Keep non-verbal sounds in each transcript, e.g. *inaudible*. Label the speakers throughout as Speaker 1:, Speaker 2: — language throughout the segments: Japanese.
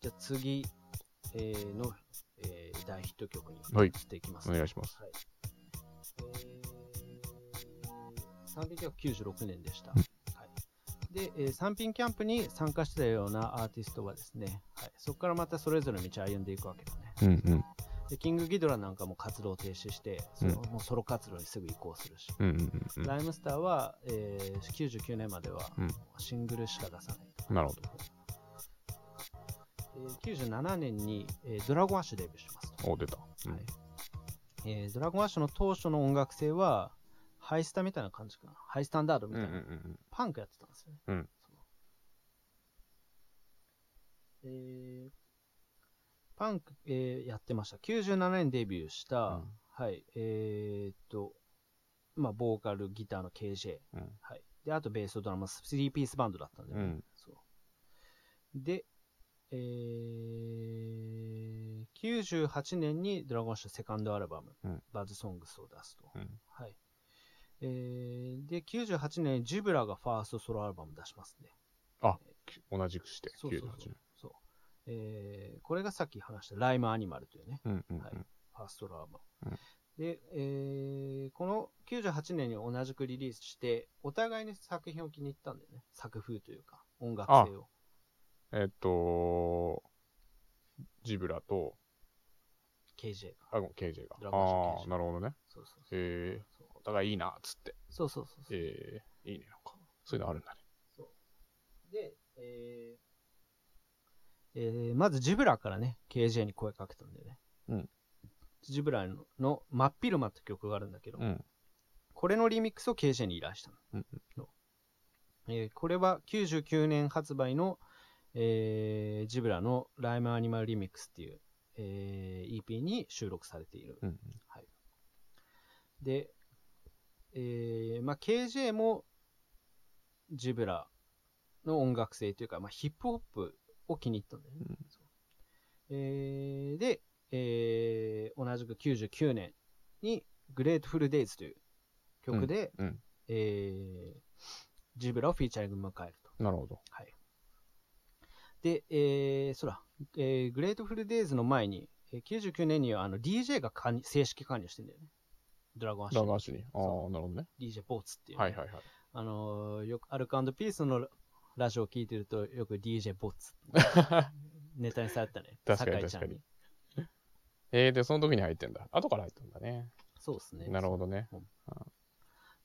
Speaker 1: じゃあ次、えーの、えー大ヒット曲に
Speaker 2: はい
Speaker 1: 移っていきます、
Speaker 2: お願いします。
Speaker 1: はいえー1996年でした。
Speaker 2: うん
Speaker 1: はい、で、えー、三品キャンプに参加してたようなアーティストはですね、はい、そこからまたそれぞれの道を歩んでいくわけだね。
Speaker 2: うんうん。
Speaker 1: で、キングギドラなんかも活動を停止して、そのもうソロ活動にすぐ移行するし、
Speaker 2: うんうんうん
Speaker 1: ライムスターは、えー99年までは
Speaker 2: うん
Speaker 1: シングルしか出さないと
Speaker 2: なるほど。
Speaker 1: えー97年に、えードラゴンアッシュデビューしますと。
Speaker 2: うん。お、出た。うん
Speaker 1: はいえードラゴンアッシュの当初の音楽性は、ハイスタみたいな感じかな。ハイスタンダードみ
Speaker 2: うんう
Speaker 1: たい
Speaker 2: ん
Speaker 1: な。
Speaker 2: うん
Speaker 1: パンクやってたんですよね。
Speaker 2: うん
Speaker 1: そのえーパンク、えーやってました。97年デビューした、
Speaker 2: うん
Speaker 1: はい、えーっと、まあ、ボーカル、ギターの KJ。
Speaker 2: うん
Speaker 1: はい。で、あとベースとドラマ、3ピースバンドだったんで、
Speaker 2: うん。うん。
Speaker 1: そう。で、えー、98年にドラゴンアッシュセカンドアルバム、
Speaker 2: うん
Speaker 1: バズソングスを出すと。
Speaker 2: うん
Speaker 1: はい。えー、で、98年にジブラがファーストソロアルバム出しますね。
Speaker 2: き同じくして、
Speaker 1: そう
Speaker 2: 98
Speaker 1: そうそう
Speaker 2: 年。。
Speaker 1: そうえー、これがさっき話したライムアニマルというね、
Speaker 2: うんうん
Speaker 1: はいファーストソロアルバム
Speaker 2: うん。
Speaker 1: で、えー、この98年に同じくリリースして、お互いに作品を気に入ったんだよね。作風というか、音楽性を。
Speaker 2: うん。えっと、ジブラと、
Speaker 1: KJ が。
Speaker 2: あ、ごめん KJ が
Speaker 1: ドラ。ゴンアッ
Speaker 2: あ
Speaker 1: シュ
Speaker 2: あ
Speaker 1: KJ
Speaker 2: ー、なるほどね。
Speaker 1: そうそうそう。
Speaker 2: えー、
Speaker 1: そう
Speaker 2: お互いいいな、っつって。
Speaker 1: そうそうそうそう。
Speaker 2: えー、いいね、なんか。そういうのあるんだね。
Speaker 1: そうで、えーえーまずジブラからね、KJ に声かけたんだよね。
Speaker 2: うん
Speaker 1: ジブラのの真っ昼間って曲があるんだけど、
Speaker 2: うん。
Speaker 1: これのリミックスを KJ に依頼したの。
Speaker 2: うん
Speaker 1: そうえーこれは99年発売の、えージブラのライムアニマルリミックスっていう、えー EP に収録されている。
Speaker 2: うん。
Speaker 1: で、えーまあ、KJ もジブラの音楽性というか、まあ、ヒップホップを気に入ったんだよね。
Speaker 2: うん
Speaker 1: そうえーで、えー同じく99年に「グレートフルデイズという曲で、
Speaker 2: うん
Speaker 1: えージブラをフィーチャリング迎えると。
Speaker 2: なるほど。
Speaker 1: で、えー、そら、えー、グレートフルデイズの前に、えー99年にはあの DJ が加入正式加入してんだよね。ドラゴンアッシ
Speaker 2: ラガー
Speaker 1: ュ。
Speaker 2: シュに。ああ、
Speaker 1: そ
Speaker 2: なるほどね。
Speaker 1: DJ ポーツっていうね、
Speaker 2: はいはいはい。
Speaker 1: あのーよくアルカンドピースのララジオを聞いてるとよく DJ ボッ
Speaker 2: *laughs*
Speaker 1: ツネタにされてたね。
Speaker 2: 確かに
Speaker 1: 酒井ちゃん
Speaker 2: 確えー、で、その時に入ってんだ。後から入ったんだね。
Speaker 1: そうですね。
Speaker 2: なるほどね。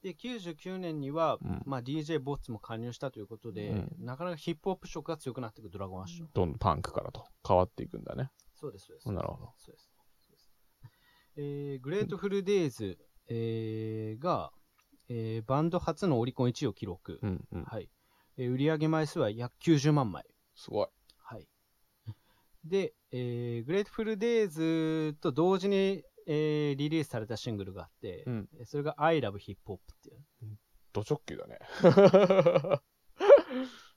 Speaker 1: で、99年には、
Speaker 2: うん
Speaker 1: まあ、DJ ボッツも加入したということで、
Speaker 2: うん
Speaker 1: なかなかヒップホップ色が強くなっていくドラゴンアッシュの。
Speaker 2: どんどんパンクからと変わっていくんだね。
Speaker 1: そうです、そうです。
Speaker 2: なるほど
Speaker 1: そうです。そうですえーグレートフルデイズ、えーが、えーバンド初のオリコン1位を記録。
Speaker 2: うんうん。
Speaker 1: はいえー売上枚数は約90万枚。
Speaker 2: すごい。
Speaker 1: はい。で、えー、グレートフルデイズと同時に、えーリリースされたシングルがあって、
Speaker 2: うん
Speaker 1: えーそれが I Love Hip Hop っていう。
Speaker 2: ド直球
Speaker 1: *laughs*
Speaker 2: だね。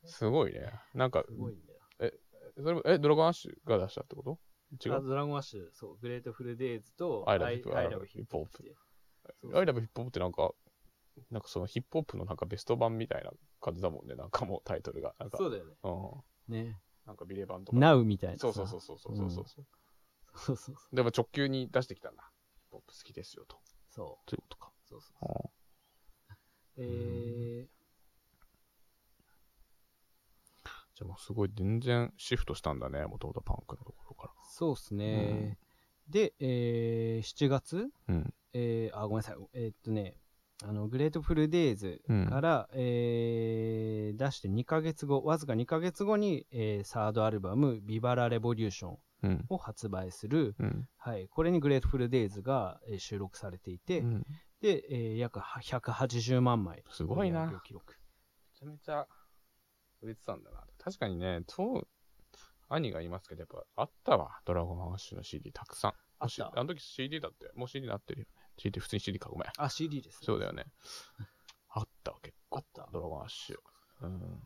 Speaker 2: すごいね。なんか
Speaker 1: す、ごいんだよ。
Speaker 2: それもえ、ドラゴンアッシュが出したってこと違
Speaker 1: あ
Speaker 2: う。
Speaker 1: ドラゴンアッシュ、そう、グレートフルデイズと
Speaker 2: I
Speaker 1: I
Speaker 2: Love
Speaker 1: I
Speaker 2: Hip-
Speaker 1: Love Hip Hop っていう。そう
Speaker 2: アイラブヒップホップってなんか、なんかそのヒップホップのなんかベスト版みたいな感じだもんね。なんかもうタイトルが。なんか、
Speaker 1: そうだよね。
Speaker 2: うん。
Speaker 1: ね。
Speaker 2: なんかビレ版とか。
Speaker 1: Now みたいなさ。
Speaker 2: そうそうそうそうそうそうそう、
Speaker 1: そうそうそう。
Speaker 2: でも直球に出してきたんだ。ヒップホップ好きですよと。
Speaker 1: そ
Speaker 2: ということか。
Speaker 1: うそうそうそう。えー、
Speaker 2: じゃあもうすごい全然シフトしたんだね。もともとパンクのところか
Speaker 1: そうっすね。で、えー、7月
Speaker 2: ら。うん。
Speaker 1: えー、あ、ごめんなさい。えーっとね、あの、グレートフルデイズ
Speaker 2: うん
Speaker 1: から、えー出して2ヶ月後、わずか2ヶ月後に、えーサードアルバム、ビバラレボリューション
Speaker 2: うん。
Speaker 1: を発売する。
Speaker 2: うん。
Speaker 1: はい。これにグレートフルデイズが、えー収録されていて、
Speaker 2: うん
Speaker 1: で、えー約180万枚。
Speaker 2: すごいな
Speaker 1: 売り上げを記録。
Speaker 2: めちゃめちゃ売れてたんだな。確かにね、そう、兄がいますけど、やっぱあったわ。ドラゴンアッシュの CD たくさん。
Speaker 1: あった
Speaker 2: もしあの時 CD だって、もう CD になってるよね。CD、普通に CD か、ごめん。
Speaker 1: あ、CD です、
Speaker 2: そうだよ
Speaker 1: ね。
Speaker 2: ね。あったわ、結構。
Speaker 1: あった
Speaker 2: ドラゴンアッシュ。うん。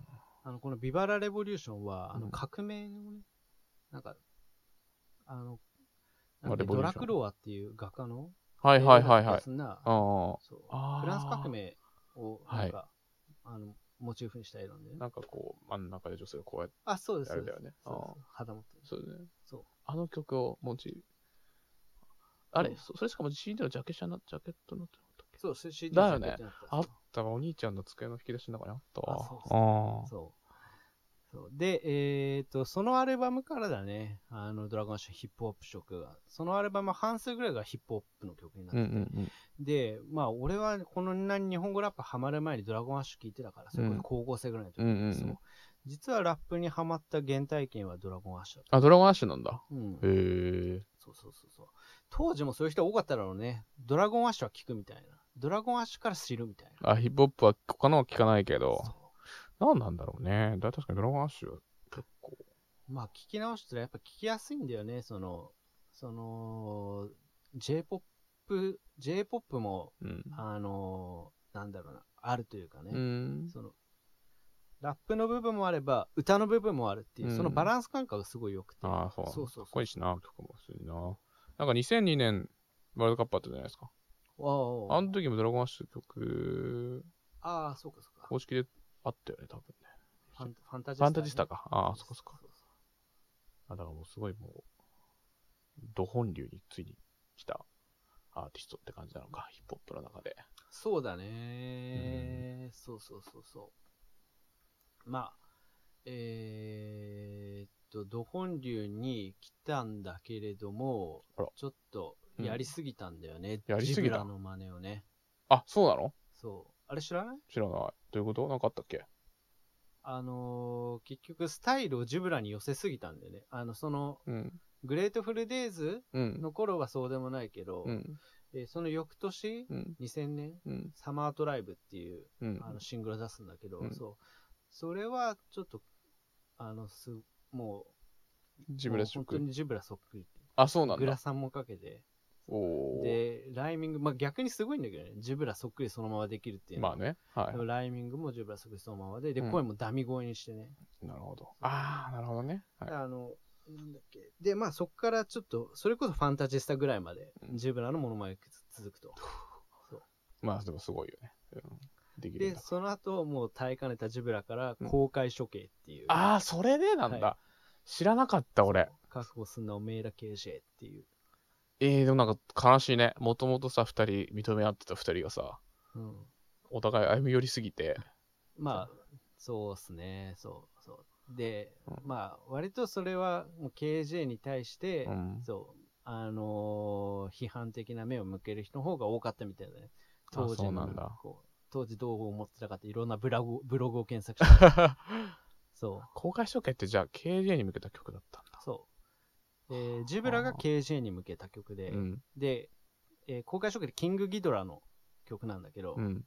Speaker 1: あの、このビバラレボリューションは、あ
Speaker 2: う
Speaker 1: の、
Speaker 2: ん
Speaker 1: 革命のね、なんか、あの、
Speaker 2: まあ
Speaker 1: なんだっけ
Speaker 2: レボリ
Speaker 1: ド
Speaker 2: ューション
Speaker 1: ラクロワっていう画家の、
Speaker 2: はいはいはい
Speaker 1: 映画だっ
Speaker 2: はい
Speaker 1: た。りすんな
Speaker 2: ああ。
Speaker 1: そう
Speaker 2: あー
Speaker 1: フランス革命をなんか、あのモチーフにした絵なんだよね。
Speaker 2: なんかこう、真ん中で女性がこうやって、
Speaker 1: あ、そうです。
Speaker 2: あ
Speaker 1: そ
Speaker 2: れ
Speaker 1: う
Speaker 2: だ
Speaker 1: です
Speaker 2: よね
Speaker 1: そうです旗持ってる。
Speaker 2: そうだね。
Speaker 1: そう。
Speaker 2: あの曲をモチーフ。あれ、
Speaker 1: うん
Speaker 2: そそれしかも CD のジャケシャなジャケットになってなかったっけ
Speaker 1: そう、それ CD
Speaker 2: だよね
Speaker 1: ジャケットに
Speaker 2: あ
Speaker 1: なってたん
Speaker 2: っ
Speaker 1: ですよ
Speaker 2: たわ、お兄ちゃんの机の引き出しの中にあったわ。
Speaker 1: あそう
Speaker 2: ああ
Speaker 1: そう。そうで、えっ、と、そのアルバムからだね、あの、ドラゴンシュヒップホップ色が。そのアルバムは半数ぐらいがヒップホップの曲になっ
Speaker 2: うん
Speaker 1: て
Speaker 2: う
Speaker 1: て、
Speaker 2: ん
Speaker 1: で、まあ、俺はこんなに日本語ラップハマる前にドラゴンアッシュ聞いてたから、それこそ高校生ぐらいの時
Speaker 2: うんうんうんうん
Speaker 1: そう実はラップにハマった原体験はドラゴンアッシュだっ
Speaker 2: あ、ドラゴンアッシュなんだ。
Speaker 1: た。うん。
Speaker 2: へえ。
Speaker 1: そうそうそうそう。当時もそういう人多かっただろうね。ドラゴンアッシュは聞くみたいな。ドラゴンアッシュから知るみたいな。
Speaker 2: あ、ヒップホップは他のは聞かないけど
Speaker 1: そ、
Speaker 2: 何なんだろうね。だ確かにドラゴンアッシュは結構。
Speaker 1: うまあ、聞き直したらやっぱ聞きやすいんだよね。その、その、J-POP、J-POP も、
Speaker 2: うん。
Speaker 1: あのなんだろうな、あるというかね。
Speaker 2: うん。
Speaker 1: そのラップの部分もあれば歌の部分もあるっていう、
Speaker 2: うん
Speaker 1: そのバランス感覚がすごい良くて
Speaker 2: ああ、そう。
Speaker 1: そうそうそう
Speaker 2: かっこいいしな、曲もするな。なんか2002年、ワールドカップあったじゃないですか。
Speaker 1: おうおう
Speaker 2: あの時もドラゴンアッシュ曲、
Speaker 1: ああそうかそうか
Speaker 2: 公式であったよね、多分ね。
Speaker 1: ファンファンタジス
Speaker 2: フ
Speaker 1: タ、
Speaker 2: ァンタジスタか。ああ、そこそこ。
Speaker 1: う
Speaker 2: あだからもうすごいもう、ド本流についに来たアーティストって感じなのか、ヒップホップの中で。
Speaker 1: そうだね、そうそうそうそうまあえー、っとド本流に来たんだけれども
Speaker 2: あら
Speaker 1: ちょっとやりすぎたんだよね、
Speaker 2: うんやりすぎ
Speaker 1: ジ
Speaker 2: た
Speaker 1: ブラの真似をね
Speaker 2: あ、そうなの
Speaker 1: そうあれ知らない
Speaker 2: 知らない。どういうことなんかあったっけ
Speaker 1: あのー結局スタイルをジブラに寄せすぎたんだよねあのその
Speaker 2: うん。
Speaker 1: グレートフルデイズ
Speaker 2: うん。
Speaker 1: の頃はそうでもないけど、
Speaker 2: うん。
Speaker 1: えーその翌年、
Speaker 2: うん。
Speaker 1: 2000年、
Speaker 2: うん。
Speaker 1: サマートライブっていう
Speaker 2: うん。
Speaker 1: あのシングルを出すんだけど、
Speaker 2: うん
Speaker 1: そう。それはちょっと、あの、す、もう、
Speaker 2: ジブラ
Speaker 1: もう
Speaker 2: ショッ
Speaker 1: 本当
Speaker 2: ク。
Speaker 1: にジブラそっくり。
Speaker 2: あ、そうなん
Speaker 1: グラ
Speaker 2: だ。
Speaker 1: サンもかけて。
Speaker 2: おー。
Speaker 1: で、ライミング、まあ逆にすごいんだけどね、ジブラそっくりそのままできるっていうの
Speaker 2: ま
Speaker 1: は。
Speaker 2: あね。は
Speaker 1: でもライミングもジブラそっくりそのままで、で、
Speaker 2: うん
Speaker 1: 声もダミ声にしてね。
Speaker 2: い。なるほど。ああ、なるほどね。はい。
Speaker 1: あの、なんだっけ。で、まあそこからちょっと、それこそファンタジスタぐらいまで、
Speaker 2: うん
Speaker 1: ジブラのものまねが続くと。
Speaker 2: まあでもすごいよね。うん。できるん
Speaker 1: で、
Speaker 2: だ。
Speaker 1: その後、もう耐えかねたジブラから
Speaker 2: うん
Speaker 1: 公開処刑っていう。
Speaker 2: ああ、それでなん
Speaker 1: は
Speaker 2: だ。知らなかった、俺。
Speaker 1: 覚悟すんな、おめえら刑事っていう。
Speaker 2: えー、でもなんか悲しいね。もともとさ、二人、認め合ってた二人がさ、
Speaker 1: うん。
Speaker 2: お互い歩み寄りすぎて、
Speaker 1: まあ、そうっすね。そうそう。で、
Speaker 2: うん
Speaker 1: まあ、割とそれは、もう KJ に対して、
Speaker 2: うん
Speaker 1: そう、あのー批判的な目を向ける人の方が多かったみたいだね。
Speaker 2: あ
Speaker 1: 当時
Speaker 2: そう
Speaker 1: の
Speaker 2: なんだ
Speaker 1: こう当時どう思ってたかっていろんなブラグブログを検索して
Speaker 2: *laughs*
Speaker 1: そ
Speaker 2: 公開処刑ってじゃあ KJ に向けた曲だったん
Speaker 1: うそう、えージブラが KJ に向けた曲で、
Speaker 2: だ。うん。
Speaker 1: で、えー公開初期でキングギドラの曲なんだけど、
Speaker 2: うん。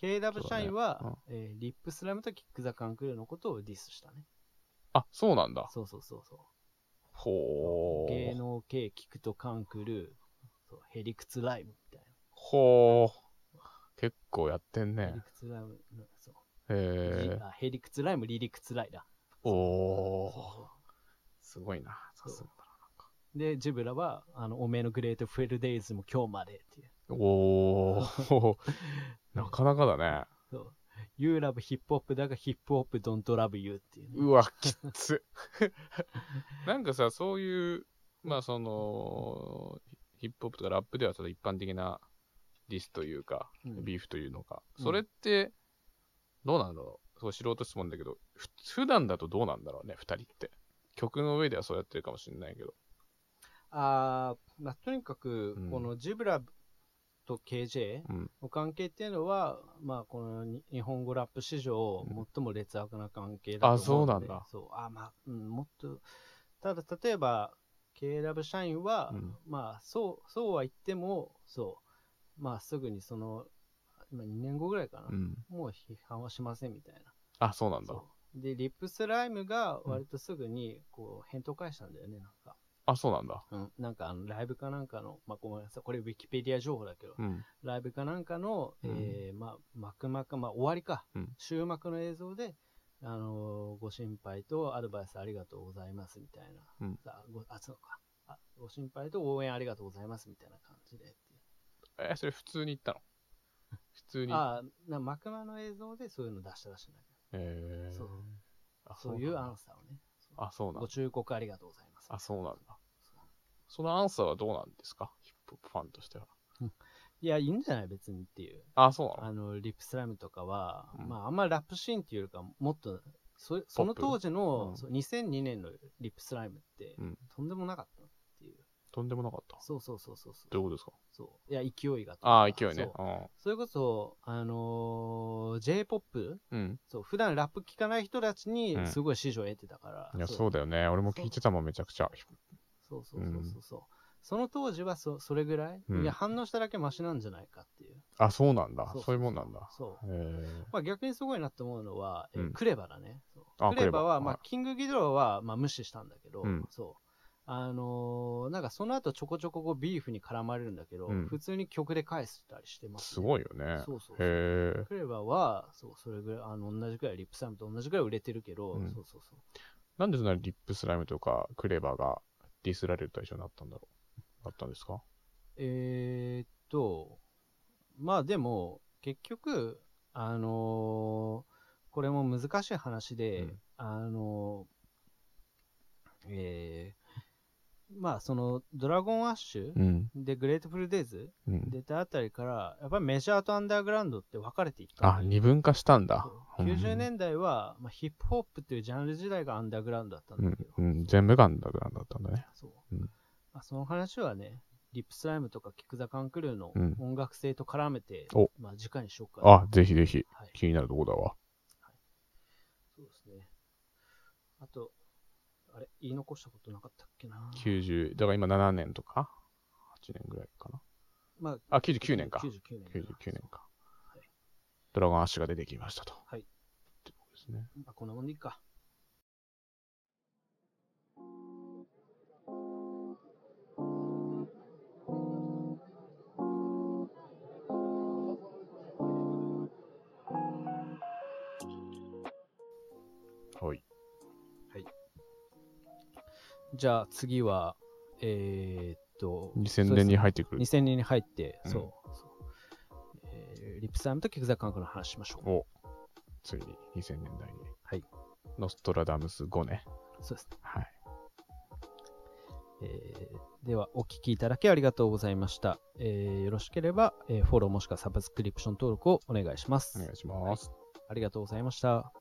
Speaker 1: KW 社員は、
Speaker 2: そう
Speaker 1: えーリップスラムとキック・ザ・カンクルーのことをディスしたね。
Speaker 2: あ、そうなんだ。
Speaker 1: そうそうそうそ
Speaker 2: ほ
Speaker 1: う。芸
Speaker 2: ー。
Speaker 1: 能系キックとカンクルー、そうヘリクツライムみたい
Speaker 2: ほー。結構やってん
Speaker 1: な。ヘ
Speaker 2: ね
Speaker 1: リ。クツライム、うんそう、
Speaker 2: へ
Speaker 1: リあヘリクツライム、リリクツライだ。
Speaker 2: ー。おー
Speaker 1: そう。そ
Speaker 2: すごいな。さすがだ
Speaker 1: うで、ジブラは、あの、おめえのグレートフェルデイズも今日までっていう。
Speaker 2: な。おー。なかなかだね。
Speaker 1: そう。You love hip hop だが hip hop don't love you っていうね、
Speaker 2: うわ、きっつ。なんかさ、そういう、まあその、ヒヒップホップとかラップではちょっと一般的なディスというか、
Speaker 1: うん
Speaker 2: ビーフというのか、
Speaker 1: うん
Speaker 2: それって、どうなんだろう、そう素人質問だけど、ふ普段だとどうなんだろうね、二人って。曲の上ではそうやってるかもしれないけど。
Speaker 1: あーまあ、とにかく
Speaker 2: うん、
Speaker 1: このジブラと KJ
Speaker 2: うん。
Speaker 1: の関係っていうのは、まあ、このに日本語ラップ史上
Speaker 2: うん、
Speaker 1: 最も劣悪な関係だと思うので、
Speaker 2: あそうなんだ
Speaker 1: そう、あーまあ、うん、もっと、ただ、例えば、KW 社員は、
Speaker 2: うん
Speaker 1: まあ、そう、そうは言っても、そう、まあ、すぐにその、まあ、2年後ぐらいかな、
Speaker 2: うん、
Speaker 1: もう批判はしませんみたいな。
Speaker 2: あ、そうなんだ。
Speaker 1: そうで、リップスライムが割とすぐに、こう、返答返したんだよね、なんか。
Speaker 2: あ、そうなんだ。
Speaker 1: うん、なんかあのライブかなんかの、まあ、ごめんなさい、これウィキペディア情報だけど、
Speaker 2: うん。
Speaker 1: ライブかなんかの、
Speaker 2: うん
Speaker 1: えーまあ、幕幕、まあ、終わりか、
Speaker 2: うん
Speaker 1: 終幕の映像で、あのーご心配とアドバイスありがとうございますみたいな、
Speaker 2: うん
Speaker 1: さあごあそうかあ、ご心配と応援ありがとうございますみたいな感じでっていう
Speaker 2: え、それ普通に言ったの普通に。
Speaker 1: ああ、な幕間の映像でそういうの出したらしいんだけ
Speaker 2: へー
Speaker 1: そう
Speaker 2: あ
Speaker 1: ど、そういう
Speaker 2: なん
Speaker 1: ア
Speaker 2: だ
Speaker 1: ンサーをね。
Speaker 2: あ、そうなん
Speaker 1: ご
Speaker 2: だ。
Speaker 1: 忠告ありがとうございます。
Speaker 2: あ、そうなんだ。
Speaker 1: そう
Speaker 2: そのアンサーはどうなんですかヒップホップファンとしては。
Speaker 1: いや、いいんじゃない別にっていう。
Speaker 2: あ、そうなの
Speaker 1: あの、リップスライムとかは、
Speaker 2: うん
Speaker 1: まあ、あんまラップシーンっていうよりか、もっと、そその当時の、
Speaker 2: うん
Speaker 1: そう2002年のリップスライムって、
Speaker 2: うん
Speaker 1: とんでもなかったっていう。
Speaker 2: とんでもなかった。
Speaker 1: そうそうそうそうそう。
Speaker 2: どういうことですか
Speaker 1: そういや、勢いがとか。
Speaker 2: ああ、勢いね
Speaker 1: そう。
Speaker 2: うん
Speaker 1: それこそ、あのー J-POP?
Speaker 2: うん。
Speaker 1: そう、普段ラップ聴かない人たちに
Speaker 2: うん
Speaker 1: すごい支持を得てたから。
Speaker 2: いや、そうだよね。俺も聞いてたもん、めちゃくちゃ。
Speaker 1: そうそうそうそうそう。その当時はそそれぐらい、
Speaker 2: うん
Speaker 1: いや反応しただけマシなんじゃないかっていう。
Speaker 2: あ、そうなんだ
Speaker 1: そ。う
Speaker 2: そういうもんなんだ。
Speaker 1: そう。
Speaker 2: へー
Speaker 1: まあ、逆にすごいなって思うのは、えー
Speaker 2: うん
Speaker 1: クレバだね。そう
Speaker 2: あ
Speaker 1: クレバは、
Speaker 2: クレバ
Speaker 1: まあ
Speaker 2: は、
Speaker 1: キングギドラは、まあ、無視したんだけど、
Speaker 2: うん
Speaker 1: そう。あのーなんかその後ちょこちょここうビーフに絡まれるんだけど、
Speaker 2: うん
Speaker 1: 普通に曲で返したりしてます、
Speaker 2: すご
Speaker 1: い。
Speaker 2: いよね。
Speaker 1: そうそうそう
Speaker 2: へえ。
Speaker 1: クレバは、そう、それぐらい、あの、同じくらい、リップサムと同じくらい売れてるけど、
Speaker 2: うん
Speaker 1: そうそうそう。
Speaker 2: なんでそんなリップスライムとかクレバーがディスられる対象になったんだろうなったんですか
Speaker 1: えーっと、まあでも、結局、あのーこれも難しい話で、
Speaker 2: うん
Speaker 1: あのーえーまあその、ドラゴンアッシュ、
Speaker 2: ん。
Speaker 1: で、グレートフルデイズ
Speaker 2: うん、
Speaker 1: 出たあたりから、やっぱりメジャーとアンダーグラウンドって分かれていった
Speaker 2: あ、
Speaker 1: んだよ
Speaker 2: 二分化したんだ。
Speaker 1: そう90年代は、まあ、ヒップホップっていうジャンル時代がアンダーグラウンドだったん
Speaker 2: う
Speaker 1: だ
Speaker 2: ん
Speaker 1: けど、、
Speaker 2: うん、全部がアンダーグラウンドだったんだね。
Speaker 1: そう。
Speaker 2: うん
Speaker 1: まあ、その話はね、リップスライムとかキック・ザ・カンクルーの
Speaker 2: うん
Speaker 1: 音楽性と絡めて、
Speaker 2: お
Speaker 1: まあ、次回にしようかな。
Speaker 2: あ、ぜひぜひ、
Speaker 1: はい、
Speaker 2: 気になるとこだわ。
Speaker 1: そうですね。あと、あれ、言い残したことなかったっけな。
Speaker 2: 90、だから今7年とか、8年ぐらいかな。
Speaker 1: まあ、
Speaker 2: あ、99年か。
Speaker 1: 99年
Speaker 2: 99年か
Speaker 1: はい。
Speaker 2: ドラゴンアッシュが出てきましたと。
Speaker 1: はい
Speaker 2: ってことですね。
Speaker 1: まあ、こんなもんでいいか。
Speaker 2: はい。
Speaker 1: じゃあ次は、えー、っと、
Speaker 2: 2000年に入ってくる。
Speaker 1: 2000年に入って、
Speaker 2: うん
Speaker 1: そうそう、えーリップスライムとキック・ザ・カンクルーの話しましょう。
Speaker 2: お、ついに2000年代に。
Speaker 1: はい。
Speaker 2: ノストラダムス5ね。
Speaker 1: そうですね。
Speaker 2: はい。
Speaker 1: えーでは、お聞きいただきありがとうございました。えーよろしければ、えーフォローもしくはサブスクリプション登録をお願いします。
Speaker 2: お願いします。
Speaker 1: ありがとうございました。